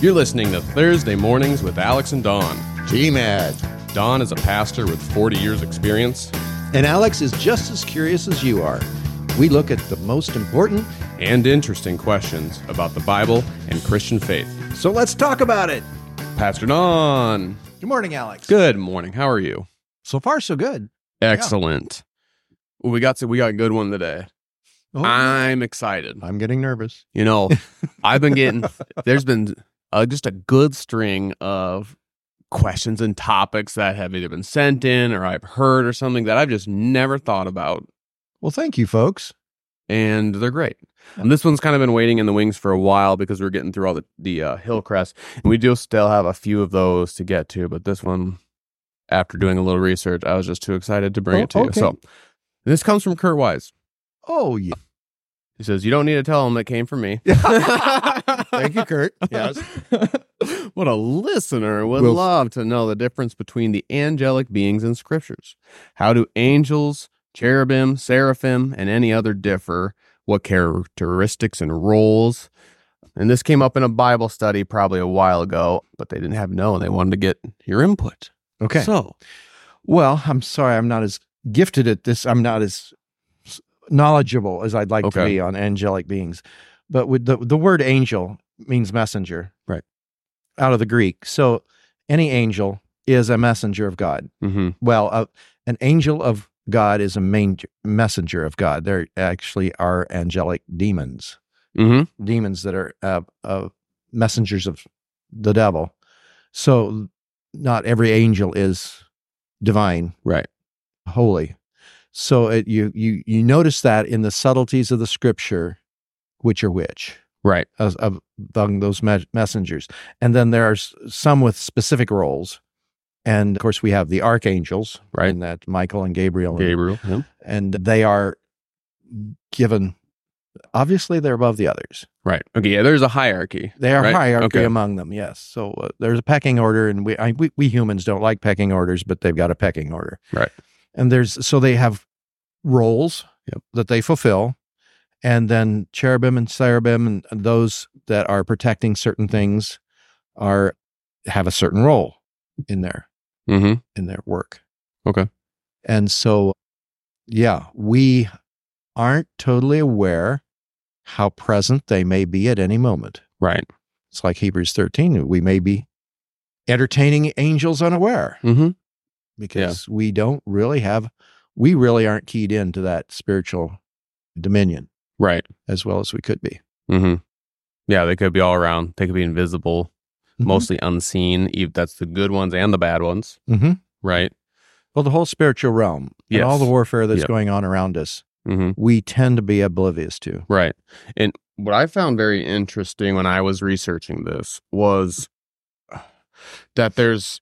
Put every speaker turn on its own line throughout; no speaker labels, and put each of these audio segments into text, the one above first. You're listening to Thursday Mornings with Alex and Don.
GMAD.
Don is a pastor with 40 years' experience
And Alex is just as curious as you are. We look at the most important,
and interesting questions about the Bible and Christian faith.
so let's talk about it.
Pastor Don,
Good morning, Alex.
good morning. How are you?
So far, so good.
Excellent. We got to, we got a good one today.
Oh,
I'm excited.
I'm getting nervous.
You know, I've been getting there's been uh, just a good string of questions and topics that have either been sent in or I've heard or something that I've just never thought about,
Well, thank you, folks.
and they're great. And this one's kind of been waiting in the wings for a while because we're getting through all the the uh, Hillcrest, and we do still have a few of those to get to. But this one, after doing a little research, I was just too excited to bring
Oh,
it to you.
okay.
So this comes from Kurt Wise.
Oh, yeah.
He says, "You don't need to tell him that came from me."
thank you, Kurt.
what a listener would
Well-
love to know the difference between the angelic beings in scriptures. How do angels, cherubim, seraphim, and any other differ? What characteristics and roles? And this came up in a Bible study probably a while ago, but they didn't have no and they wanted to get your input.
Okay.
So,
Well, I'm sorry. I'm not as gifted at this. I'm not as s- knowledgeable as I'd like to
Okay.
be on angelic beings. But with the, the word angel means messenger.
Right.
Out of the Greek. So any angel is a messenger of God.
mhm.
well uh, an angel of god is a main messenger of god there actually are angelic demons
Mhm.
demons that are uh, uh, messengers of the devil so not every angel is divine
Right.
holy so it, you you you notice that in the subtleties of the scripture which are which
Right.
as, of, among those me- messengers. And then there are s- some with specific roles. And of course, we have the archangels,
Right.
And that Michael and Gabriel, and-
Gabriel. yeah.
and they are given. Obviously, they're above the others.
Right. Okay, yeah, there's a hierarchy.
They are
Right.
hierarchy
Okay.
among them. Yes. So uh, there's a pecking order, and we, I, we we humans don't like pecking orders, but they've got a pecking order.
Right.
And there's so they have roles
Yep.
that they fulfill, and then cherubim and seraphim and those that are protecting certain things are have a certain role in their
Mhm.
in their work.
Okay.
And so, yeah, we aren't totally aware how present they may be at any moment.
Right.
It's like Hebrews 13. We may be entertaining angels unaware
Mhm.
because we don't really have, we really aren't keyed into that spiritual dominion
Right.
as well as we could be.
Mm-hmm. Yeah, they could be all around. They could be invisible,
Mm-hmm.
mostly unseen. Eve, that's the good ones and the bad ones,
hmm
right?
Well, the whole spiritual realm
Mm-hmm. Yes.
and all the warfare that's
Yep.
going on around us,
Mm-hmm.
we tend to be oblivious to.
Right. And what I found very interesting when I was researching this was that there's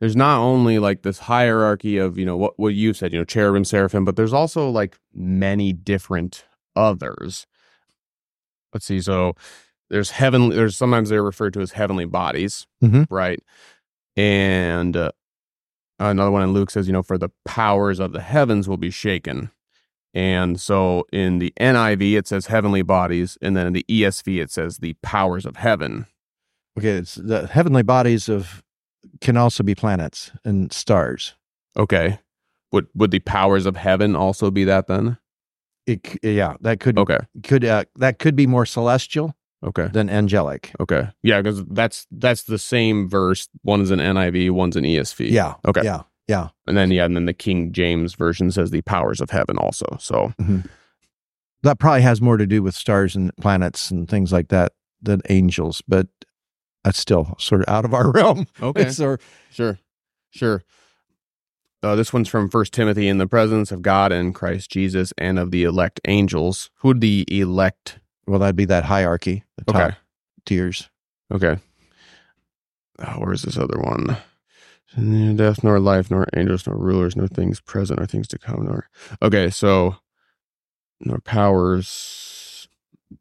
there's not only like this hierarchy of you know what what you said you know cherubim seraphim, but there's also like many different others. Let's see. So there's heavenly. There's sometimes they're referred to as heavenly bodies,
Mhm.
right? And uh, another one in Luke says, you know, for the powers of the heavens will be shaken. And so in the NIV it says heavenly bodies, and then in the ESV it says the powers of heaven.
Okay, it's the heavenly bodies of can also be planets and stars.
Okay. Would would the powers of heaven also be that then?
It, c- yeah, that could
Okay.
could uh, that could be more celestial
Oh. Okay.
than angelic.
Okay. Yeah, because that's that's the same verse. One's in NIV, one's in ESV.
Yeah.
Okay.
Yeah.
And then yeah, and then the King James version says the powers of heaven also. So
That probably has more to do with stars and planets and things like that than angels, but that's still sort of out of our realm. It's our-
Sure. Sure. Uh, this one's from First Timothy in the presence of God and Christ Jesus and of the elect angels. Who the elect?
well, that'd be that hierarchy, the top
Okay.
tiers.
Okay. Oh, where's this other one? Neither Death nor life, nor angels, nor rulers, nor things present, nor things to come, nor okay, so nor powers.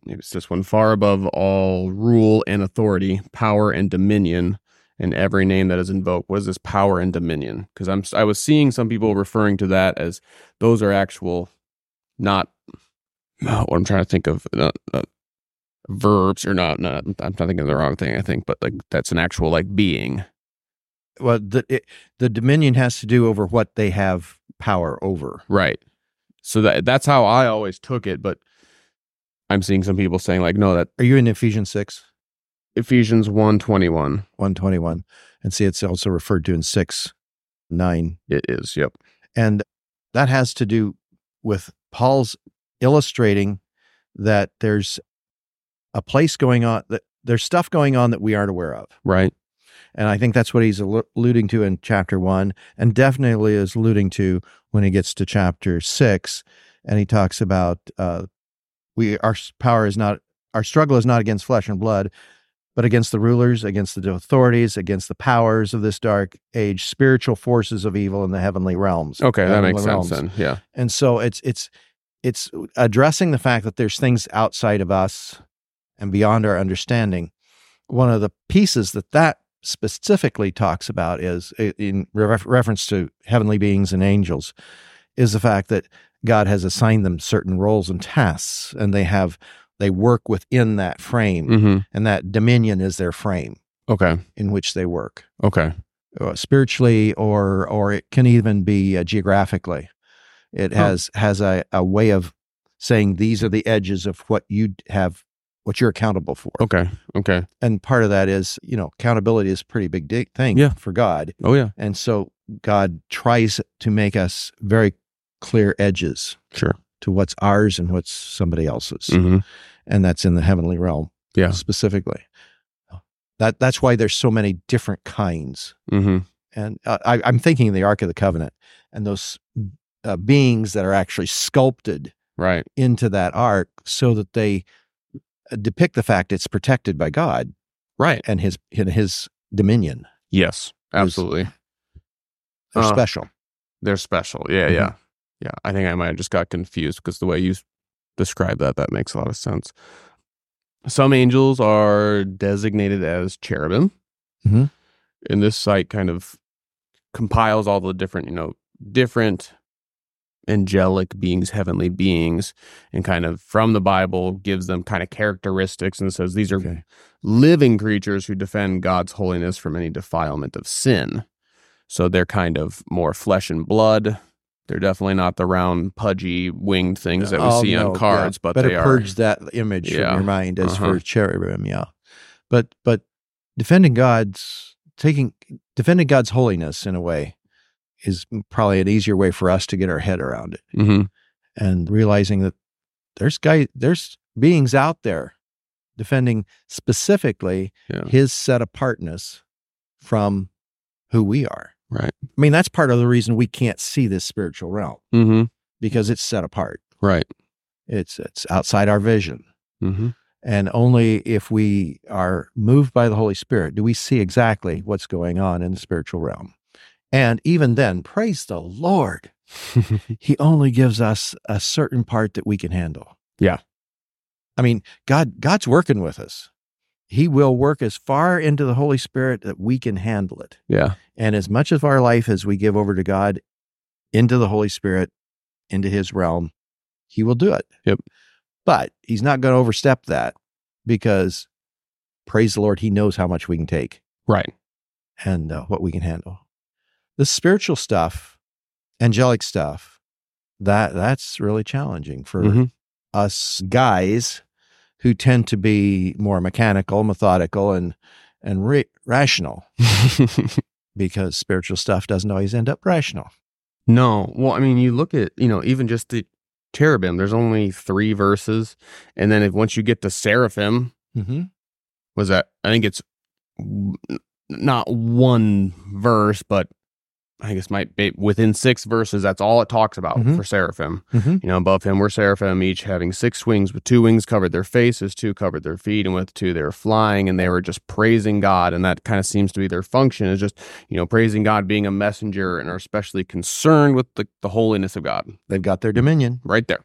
Maybe it's this one. Far above all rule and authority, power and dominion, and every name that is invoked. What is this power and dominion? Because I'm I was seeing some people referring to that as those are actual, not. What I'm trying to think of. uh, uh, verbs or not, not I'm not thinking of the wrong thing, I think, but like that's an actual like being.
Well, the it, the dominion has to do over what they have power over.
Right. So that that's how I always took it, but I'm seeing some people saying like, no, that
Are you in Ephesians six
Ephesians one twenty one.
one twenty one? And see, it's also referred to in six nine,
It is, yep.
and that has to do with Paul's illustrating that there's a place going on that there's stuff going on that we aren't aware of.
Right.
And I think that's what he's allu- alluding to in chapter one, and definitely is alluding to when he gets to chapter six. And he talks about uh, we our s- power is not our struggle is not against flesh and blood, but against the rulers, against the authorities, against the powers of this dark age, spiritual forces of evil in the heavenly realms.
Okay, that
Heavenly
makes
realms.
sense then. Yeah.
And so it's it's it's addressing the fact that there's things outside of us and beyond our understanding. One of the pieces that that specifically talks about is i- in ref- reference to heavenly beings and angels is the fact that God has assigned them certain roles and tasks and they have they work within that frame
hmm
and that dominion is their frame
Okay.
in which they work
Okay.
uh, spiritually or or it can even be uh, geographically it
Oh.
has has a, a way of saying these are the edges of what you d- have what you're accountable for
Okay. Okay.
and part of that is you know accountability is a pretty big di- thing
Yeah.
for god
Oh yeah.
and so god tries to make us very clear edges
Sure.
to what's ours and what's somebody else's
hmm
and that's in the heavenly realm
Yeah.
specifically that that's why there's so many different kinds
hmm
and uh, I, I'm thinking of the Ark of the Covenant and those uh, beings that are actually sculpted
Right.
into that ark so that they uh, depict the fact it's protected by God
Right.
and His and His dominion.
Yes. Absolutely.
They're
Uh,
special.
They're special. Yeah,
Mhm.
yeah. Yeah. I think I might have just got confused because the way you s- describe that, that makes a lot of sense. Some angels are designated as cherubim.
Mhm.
And this site kind of compiles all the different, you know, different angelic beings, heavenly beings, and kind of from the Bible gives them kind of characteristics and says these are
Okay.
living creatures who defend God's holiness from any defilement of sin. So they're kind of more flesh and blood. They're definitely not the round, pudgy, winged things that we
Oh,
see
no,
on
yeah.
cards, but
better
they are.
purge that image
Yeah.
from your mind as
Uh-huh.
for cherubim. Yeah, but but defending God's taking defending God's holiness in a way is probably an easier way for us to get our head around it.
Mhm.
and realizing that there's guy there's beings out there defending specifically
Yeah.
his set apartness from who we are.
Right.
I mean, that's part of the reason we can't see this spiritual realm
Mhm.
because it's set apart.
Right.
It's it's outside our vision.
Mhm.
And only if we are moved by the Holy Spirit do we see exactly what's going on in the spiritual realm. And even then, praise the Lord, he only gives us a certain part that we can handle.
Yeah.
I mean, God God's working with us. He will work as far into the Holy Spirit that we can handle it.
yeah.
And as much of our life as we give over to God into the Holy Spirit, into his realm, he will do it.
Yep.
But he's not going to overstep that because praise the Lord, he knows how much we can take
Right.
and uh, what we can handle. The spiritual stuff, angelic stuff, that that's really challenging for
Mhm.
us guys who tend to be more mechanical, methodical, and and ra- rational because spiritual stuff doesn't always end up rational.
No. Well, I mean, you look at, you know, even just the cherubim, there's only three verses. And then if, once you get to seraphim,
Mm-hmm.
was that, I think it's w- n- not one verse, but I think this might be within six verses. That's all it talks about
Mhm.
for seraphim.
Mhm.
You know, above him were seraphim, each having six wings, with two wings covered their faces, two covered their feet, and with two they were flying, and they were just praising God. And that kind of seems to be their function is just, you know, praising God, being a messenger, and are especially concerned with the, the holiness of God.
They've got their dominion,
Right there.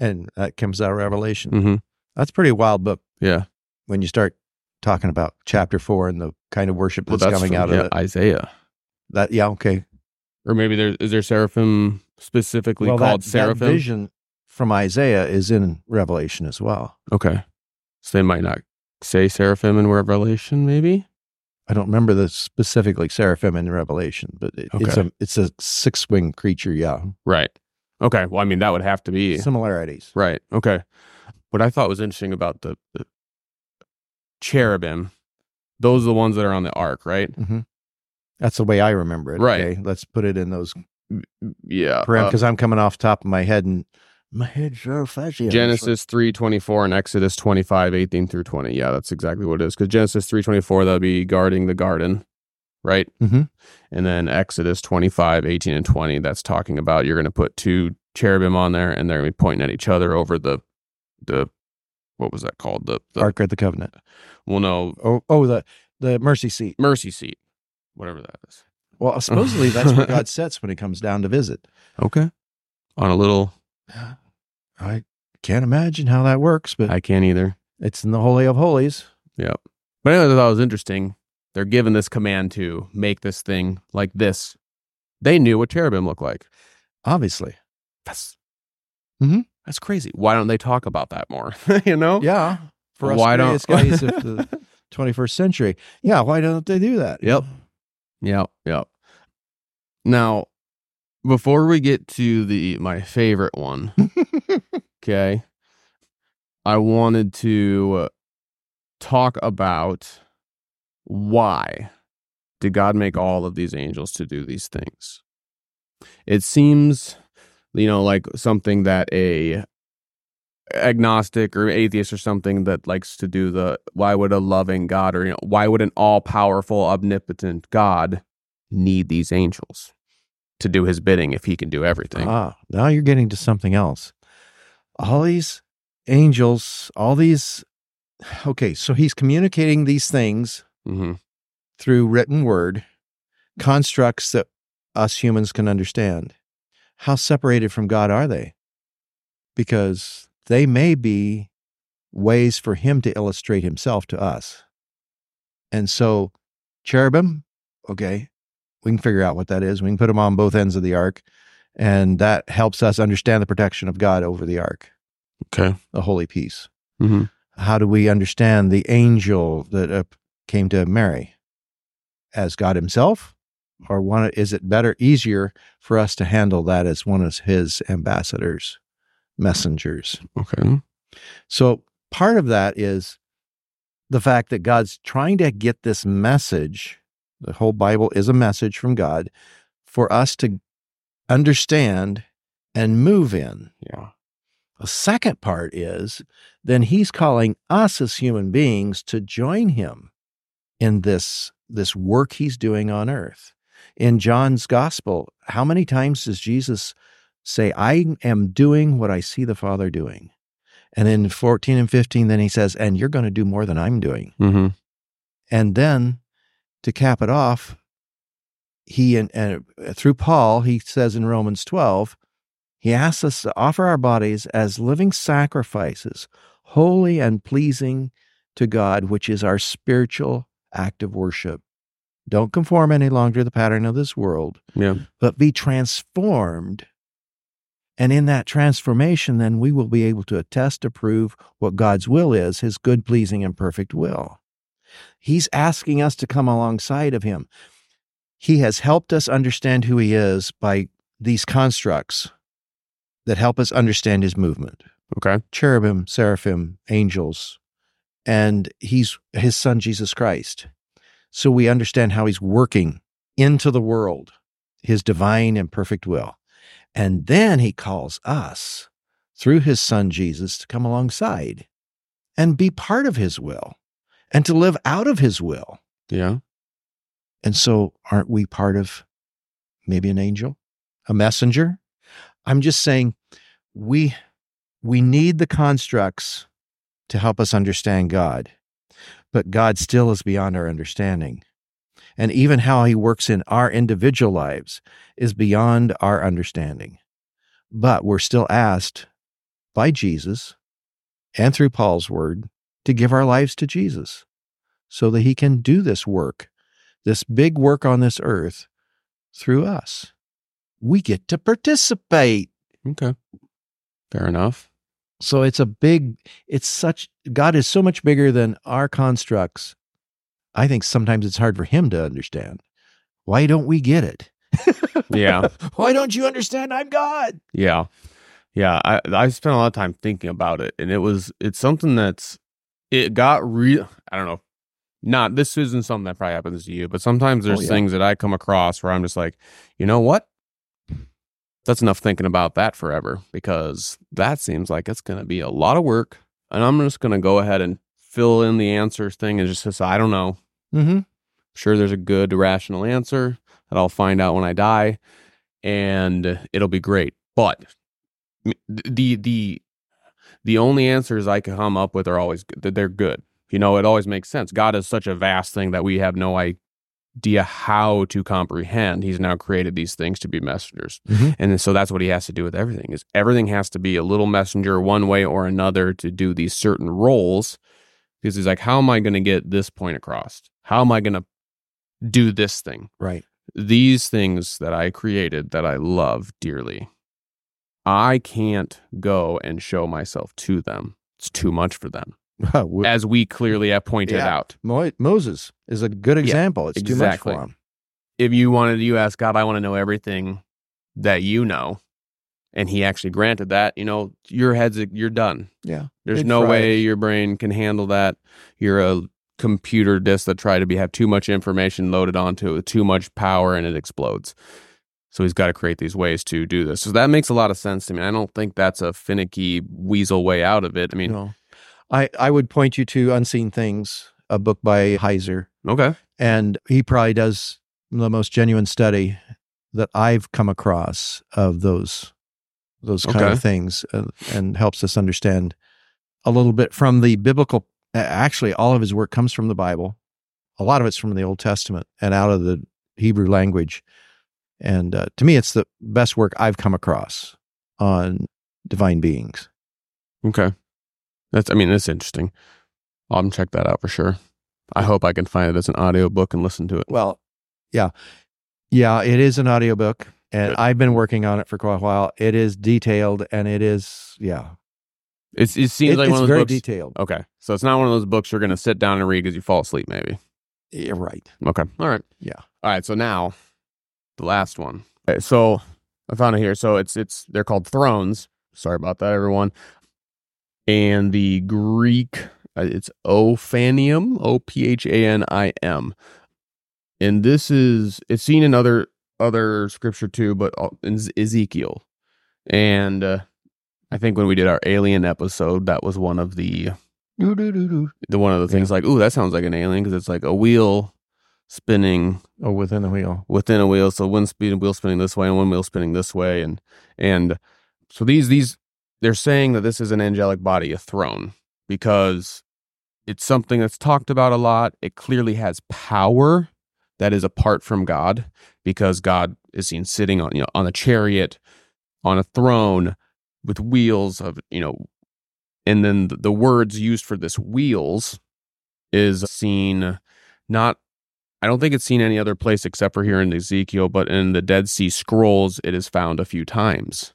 and that comes out of Revelation.
Mm-hmm.
That's a pretty wild book
Yeah.
when you start talking about chapter four and the kind of worship
Well,
that's, coming
from,
out
yeah,
of it.
Isaiah.
That yeah, okay.
Or maybe there is there seraphim specifically
well,
called
that, that
seraphim?
vision from Isaiah is in Revelation as well.
okay. So they might not say seraphim in Revelation, maybe?
I don't remember the specifically seraphim in Revelation, but it, it's
Okay.
a it's a six winged creature. Yeah,
Right. Okay. Well, I mean, that would have to be.
similarities.
Right. Okay. What I thought was interesting about the, the cherubim, those are the ones that are on the ark, right?
That's the way I remember it.
Right.
Okay? Let's put it in those
Yeah.
parameters
uh,
because I'm coming off top of my head and my head's so fuzzy. on this one.
Genesis 3:24 and Exodus 25, 18 through 20. Yeah, that's exactly what it is. Because Genesis 3:24, that'd be guarding the garden, right?
Mhm.
And then Exodus 25, 18 and 20, that's talking about you're going to put two cherubim on there and they're going to be pointing at each other over the, the, what was that called? The, the
Ark of the Covenant.
well, no,
Oh, oh, the the mercy seat.
mercy seat, whatever that is.
Well, supposedly that's where God sits when He comes down to visit.
Okay. On a little,
I can't imagine how that works, but
I can't either.
it's in the holy of holies.
But anyway, I thought it was interesting. They're given this command to make this thing like this. They knew what cherubim looked like.
Obviously,
That's
Mhm.
that's crazy. Why don't they talk about that more? you know?
yeah. For us
Oh. Why
curious
don't-
guys of the 21st century, yeah. Why don't they do that?
Yep. Yep. Yep. Now, before we get to the my favorite one, okay, I wanted to uh, talk about why did God make all of these angels to do these things? It seems, you know, like something that a agnostic or atheist or something that likes to do the why would a loving God or you know why would an all powerful omnipotent God need these angels to do his bidding if he can do everything?
Ah, now you're getting to something else. All these angels, all these. Okay, so he's communicating these things
hmm
through written word, constructs that us humans can understand. How separated from God are they? Because they may be ways for him to illustrate himself to us. And so, cherubim, okay, we can figure out what that is. We can put them on both ends of the ark, and that helps us understand the protection of God over the ark,
Okay.
the holy peace.
hmm
How do we understand the angel that uh, came to Mary as God Himself, or one? Is it better, easier for us to handle that as one of His ambassadors, messengers?
Okay.
So part of that is the fact that God's trying to get this message. The whole Bible is a message from God for us to understand and move in.
Yeah.
The second part is then he's calling us as human beings to join him in this this work he's doing on earth. In John's gospel, how many times does Jesus say, "I am doing what I see the Father doing?" And in 14 and 15 then he says, "And you're going to do more than I'm doing."
hmm
And then to cap it off, he and, and uh, through Paul, he says in Romans 12, he asks us to offer our bodies as living sacrifices, holy and pleasing to God, which is our spiritual act of worship. Don't conform any longer to the pattern of this world,
Yeah.
but be transformed. And in that transformation, then we will be able to attest, approve what God's will is, his good, pleasing, and perfect will. He's asking us to come alongside of him. He has helped us understand who he is by these constructs that help us understand his movement
Okay.
cherubim, seraphim, angels, and he's his son Jesus Christ. So we understand how he's working into the world, his divine and perfect will. And then he calls us through his son Jesus to come alongside and be part of his will and to live out of his will.
Yeah.
And so aren't we part of maybe an angel, a messenger? I'm just saying we we need the constructs to help us understand God. But God still is beyond our understanding. And even how he works in our individual lives is beyond our understanding. But we're still asked by Jesus and through Paul's word to give our lives to Jesus so that he can do this work this big work on this earth through us. We get to participate.
Okay. Fair enough.
So it's a big, it's such, God is so much bigger than our constructs. I think sometimes it's hard for him to understand. Why don't we get it?
Yeah.
Why don't you understand I'm God?
Yeah. Yeah. I I spent a lot of time thinking about it and it was it's something that's it got real I don't know. Not this isn't something that probably happens to you, but sometimes there's
Oh, yeah.
things that I come across where I'm just like, you know what? That's enough thinking about that forever because that seems like it's gonna be a lot of work. And I'm just gonna go ahead and fill in the answers thing and just just I don't know.
Mm-hmm.
sure there's a good rational answer that I'll find out when I die and it'll be great. But m- the the the only answers I can come up with are always good. They're- They're good. You know, it always makes sense. God is such a vast thing that we have no idea how to comprehend. He's now created these things to be messengers.
Mhm.
And then- so that's what he has to do with everything is everything has to be a little messenger one way or another to do these certain roles. Because he's like, how am I going to get this point across? How am I going to do this thing?
Right.
These things that I created that I love dearly, I can't go and show myself to them. It's too much for them,
Well,
as we clearly have pointed
Yeah.
out.
Mo- Moses is a good example. it's
exactly.
too much for him.
If you wanted, you ask God, I want to know everything that you know, and He actually granted that. You know, your head's you're done.
Yeah.
There's
Big
no way
fries.
your brain can handle that. You're a computer disk that try to be have too much information loaded onto it with too much power and it explodes. So he's got to create these ways to do this. So that makes a lot of sense to me. I don't think that's a finicky weasel way out of it. I mean,
no. I, I would point you to Unseen Things, a book by Heiser,
okay.
and he probably does the most genuine study that I've come across of those those kind
Okay.
of things uh, and helps us understand a little bit from the biblical a- actually all of his work comes from the Bible a lot of it's from the Old Testament and out of the Hebrew language and uh, to me it's the best work I've come across on divine beings
Okay. That's I mean, that's interesting. I'll check that out for sure. I hope I can find it as an audiobook and listen to it.
Well, yeah. Yeah, it is an audiobook and
Good.
I've been working on it for quite a while. It is detailed and it is yeah.
It's, it seems
It-
like
it's
one of
very
those books.
detailed.
okay. So it's not one of those books you're going to sit down and read because you fall asleep, maybe.
Yeah, right.
Okay. All right.
Yeah.
All right. So now, the last one. Okay, Uh, so I found it here. So it's it's they're called thrones. Sorry about that, everyone. And the Greek, uh, it's Ophanium, O P H A N I M, and this is it's seen in other other scripture too, but uh, in Ezekiel, and uh, I think when we did our alien episode, that was one of the the one of the things like, ooh, that sounds like an alien because it's like a wheel spinning
Oh, within the wheel.
within a wheel. So one speed wheel spinning this way and one wheel spinning this way, and and so these these they're saying that this is an angelic body, a throne, because it's something that's talked about a lot. It clearly has power that is apart from God, because God is seen sitting on you know on a chariot, on a throne with wheels of you know, and then the, the words used for this wheels is seen not I don't think it's seen any other place except for here in Ezekiel, but in the Dead Sea Scrolls, it is found a few times.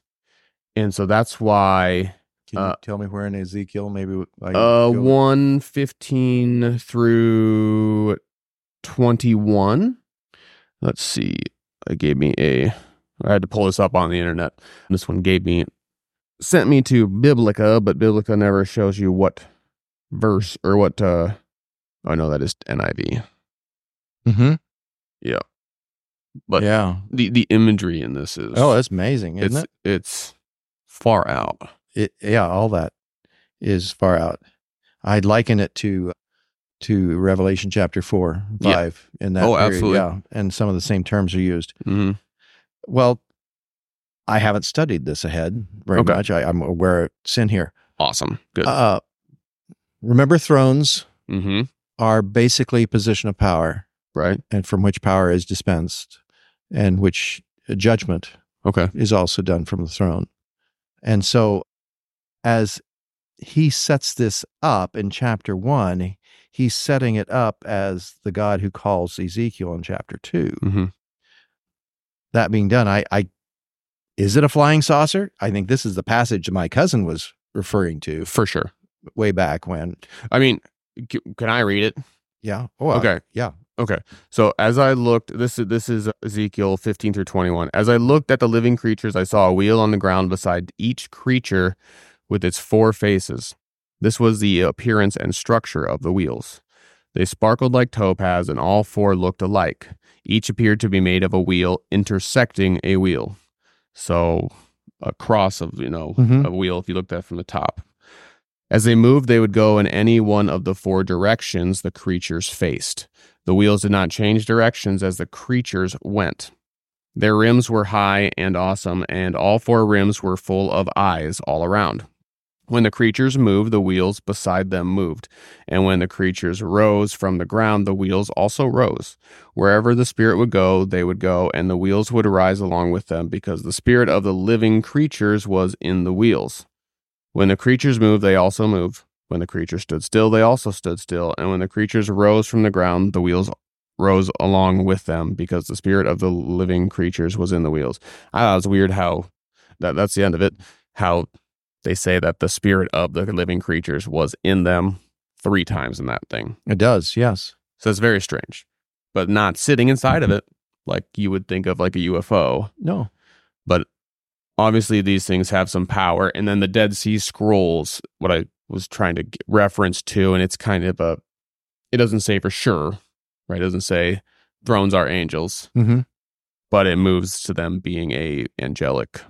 And so that's why
Can you
Uh,
tell me where in Ezekiel maybe I can
uh,
go?
115 through 21. Let's see. It gave me a. I had to pull this up on the internet. This one gave me. Sent me to Biblica, but Biblica never shows you what verse or what. Uh, oh, no, that is NIV.
Mhm.
But
yeah.
the, the imagery in this is.
Oh, that's amazing, isn't
it's it's far out.
it? it? Yeah, all that is far out. I'd liken it to to Revelation chapter 4,
Yeah.
5 in that
Oh,
period.
absolutely.
Yeah, and some of the same terms are used.
Mm-hmm.
Well, I haven't studied this ahead very
Okay.
much. I, I'm aware it's in here.
Awesome. Good.
Uh, remember, thrones
mm-hmm.
are basically position of power,
Right.
and from which power is dispensed, and which judgment
Okay.
is also done from the throne. And so, as he sets this up in chapter one, he's setting it up as the God who calls Ezekiel in chapter two.
Mm-hmm.
that being done, I, I is it a flying saucer? I think this is the passage my cousin was referring to
for sure.
way back when.
I mean, c- can I read it?
Yeah. Oh, I-
Okay.
yeah.
Okay. So as I looked, this is this is Ezekiel 15 through 21. As I looked at the living creatures, I saw a wheel on the ground beside each creature with its four faces. This was the appearance and structure of the wheels. They sparkled like topaz and all four looked alike. Each appeared to be made of a wheel intersecting a wheel. So a cross of, you know,
Mhm.
a wheel if you looked at it from the top. As they moved, they would go in any one of the four directions the creatures faced. The wheels did not change directions as the creatures went. Their rims were high and awesome, and all four rims were full of eyes all around. When the creatures moved, the wheels beside them moved, and when the creatures rose from the ground, the wheels also rose. Wherever the spirit would go, they would go, and the wheels would rise along with them, because the spirit of the living creatures was in the wheels. When the creatures moved, they also moved. When the creatures stood still, they also stood still. And when the creatures rose from the ground, the wheels rose along with them because the spirit of the living creatures was in the wheels. I thought it was weird how that, that's the end of it. How they say that the spirit of the living creatures was in them three times in that thing.
It does. Yes.
So it's very strange, but not sitting inside of it like you would think of like a UFO
No.
obviously these things have some power and then the dead sea scrolls what i was trying to g- reference to and it's kind of a it doesn't say for sure right it doesn't say thrones are angels
Mm-hmm.
but it moves to them being a angelic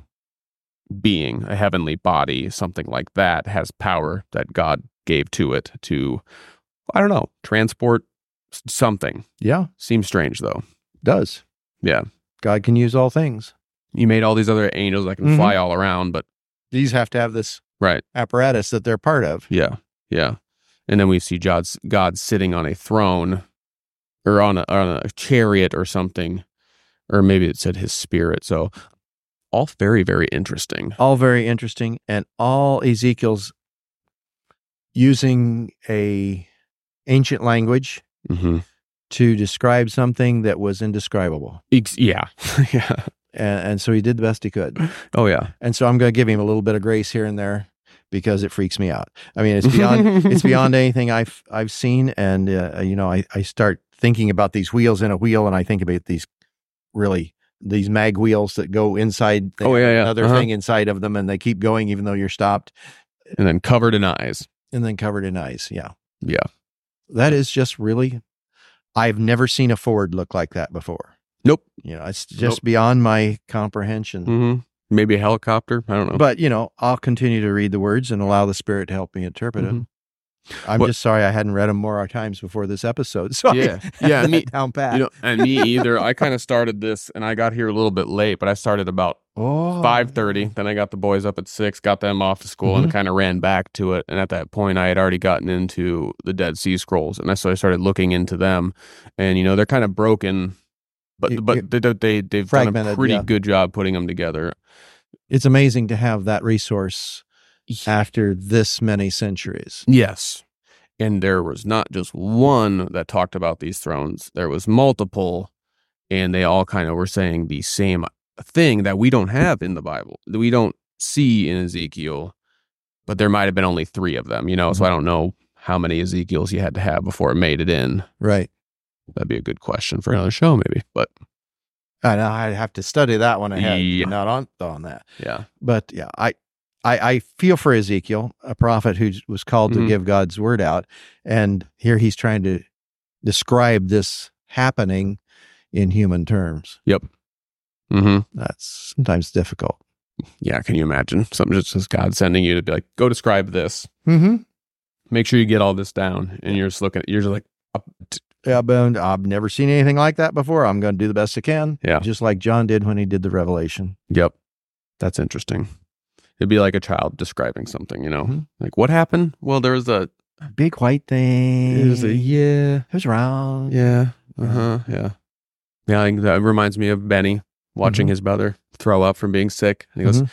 being a heavenly body something like that has power that god gave to it to i don't know transport s- something
Yeah.
seems strange though
Does.
Yeah.
God can use all things.
you made all these other angels that can
Mhm.
fly all around but
These have to have this
Mm-hmm. right
apparatus that they're part of.
Yeah, yeah. And then we see God's God sitting on a throne, or on a, on a chariot or something, or maybe it said his spirit. So all very very interesting.
All very interesting, and all Ezekiel's using a ancient language
Mm-hmm.
to describe something that was indescribable.
yeah, yeah.
And, and so he did the best he could.
Oh yeah.
And so I'm going to give him a little bit of grace here and there because it freaks me out. I mean, it's beyond it's beyond anything I've I've seen, and uh, you know, I I start thinking about these wheels in a wheel, and I think about these really these mag wheels that go inside the-
Oh, yeah, yeah.
another
Uh-huh.
thing inside of them, and they keep going even though you're stopped,
and then covered in eyes.
and then covered in ice. Yeah,
Yeah.
that is just really. I've never seen a Ford look like that before.
Nope.
You know, it's just
Nope.
beyond my comprehension.
Mm-hmm. Maybe a helicopter. I don't know.
But you know, I'll continue to read the words and allow the Spirit to help me interpret
Mhm.
it. I'm
What-
just sorry I hadn't read them more times before this episode. So I
Yeah.
had
Yeah, I
that
mean,
down pat.
you know, and me either. I kind of started this, and I got here a little bit late, but I started about
oh,
five thirty. Then I got the boys up at six, got them off to school,
Mm-hmm.
and kind of ran back to it. And at that point, I had already gotten into the Dead Sea Scrolls, and so I started looking into them. And you know, they're kind of broken, but
You- you-
but they, they they've done a
Fragmented,
pretty
yeah.
good job putting them together.
It's amazing to have that resource after this many centuries.
Yes. And there was not just one that talked about these thrones. There was multiple, and they all kind of were saying the same thing that we don't have in the Bible, that we don't see in Ezekiel. But there might have been only three of them, you know. So I don't know how many Ezekiels you had to have before it made it in.
Right.
That'd be a good question for another show, maybe. But
I know I'd have to study that one ahead.
Yeah.
Not on on that.
yeah,
But yeah, I I, I feel for Ezekiel, a prophet who was called to
Mhm.
give God's word out. And here he's trying to describe this happening in human terms.
mm-hmm.
That's sometimes difficult.
yeah. Can you imagine something just as God sending you to be like, go describe this,
Mm-hmm.
make sure you get all this down, and you're just looking, you're just like, up-
Yeah, but I've never seen anything like that before. I'm going to do the best I can.
Yeah.
Just like John did when he did the Revelation.
Yep. That's interesting. It'd be like a child describing something, you know?
Mhm.
Like what happened? Well, there was a
Big white thing.
yeah.
It was round.
Yeah. Uh-huh. Yeah. Yeah, I think that reminds me of Benny watching
Mhm.
his brother throw up from being sick. And he goes,
Mhm.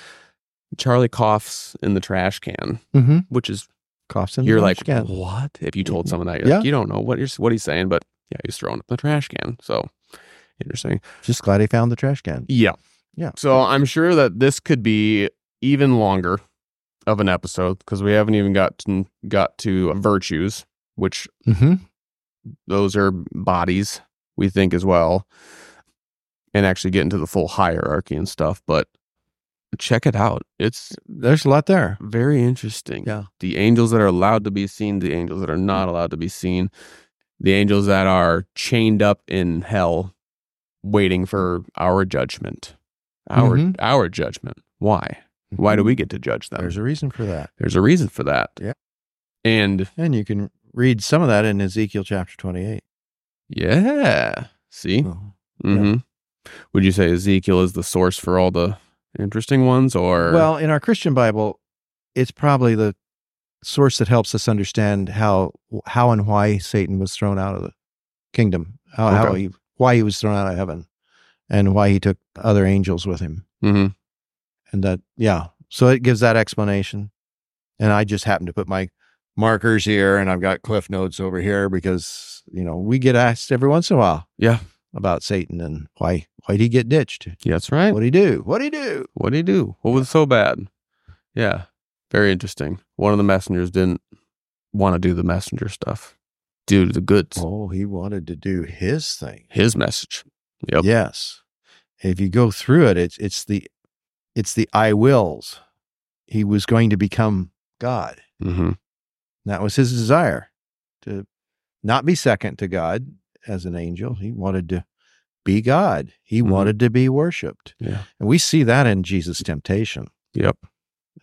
Charlie coughs in the trash can,
Mm-hmm.
which is
Coughs in the
you're
trash
like,
can.
what? If you told
Mhm.
someone that, you're like, you don't know what you're what he's saying, but yeah, he's throwing up in the trash can. So interesting.
Just glad he found the trash can.
Yeah.
Yeah.
So I'm sure that this could be even longer of an episode because we haven't even gotten got to virtues, which
Mm-hmm.
those are bodies we think as well, and actually get into the full hierarchy and stuff. But check it out; it's
There's a lot there.
very interesting.
Yeah.
the angels that are allowed to be seen, the angels that are not
Mm.
allowed to be seen, the angels that are chained up in hell, waiting
Mm.
for our judgment. Our
Mhm.
our judgment. Why? Why do we get to judge them?
Mm-hmm. There's a reason for that.
There's a reason for that.
Yeah.
And
And you can read some of that in Ezekiel chapter 28.
yeah, see? hmm Would you say Ezekiel is the source for all the interesting ones or?
Well, in our Christian Bible, it's probably the source that helps us understand how how and why Satan was thrown out of the kingdom, how, how
Okay.
he, why he was thrown out of heaven, and why he took other angels with him.
Mhm.
And that, yeah. So it gives that explanation. And I just happen to put my markers here and I've got cliff notes over here because, you know, we get asked every once in a while
yeah.
about Satan and why why'd he get ditched?
Yeah, that's right.
What'd he do? What'd he do?
What'd he do? What was so bad? Yeah. Very interesting. One of the messengers didn't want to do the messenger stuff due to the goods.
Oh, he wanted to do his thing.
His message. Yep.
Yes. If you go through it, it's it's the it's the I wills. He was going to become God.
Mm-hmm.
That was his desire to not be second to God as an angel. He wanted to be God. He
Mhm.
wanted to be worshiped.
Yeah.
And we see that in Jesus' temptation.
Yep.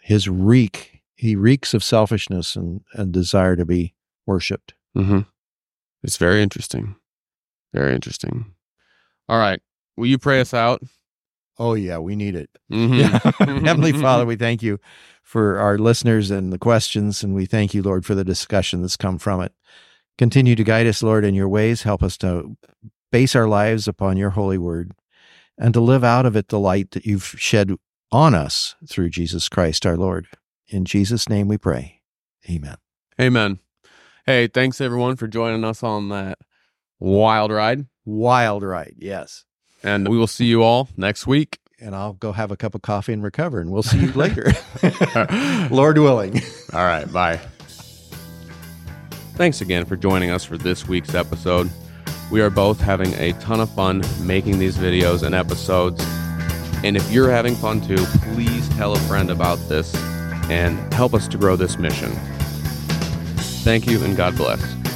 His reek, he reeks of selfishness and, and desire to be worshiped.
Mm-hmm. It's very interesting. Very interesting. All right. Will you pray us out?
Oh, yeah, we need it.
Mm-hmm.
Yeah. Heavenly Father, we thank you for our listeners and the questions, and we thank you, Lord, for the discussion that's come from it. Continue to guide us, Lord, in your ways. Help us to base our lives upon your holy word and to live out of it the light that you've shed on us through Jesus Christ our Lord. In Jesus' name we pray. Amen.
Amen. Hey, thanks everyone for joining us on that wild ride.
Wild ride, yes.
And we will see you all next week.
And I'll go have a cup of coffee and recover, and we'll see you later. Lord willing.
All right, bye. Thanks again for joining us for this week's episode. We are both having a ton of fun making these videos and episodes. And if you're having fun too, please tell a friend about this and help us to grow this mission. Thank you and God bless.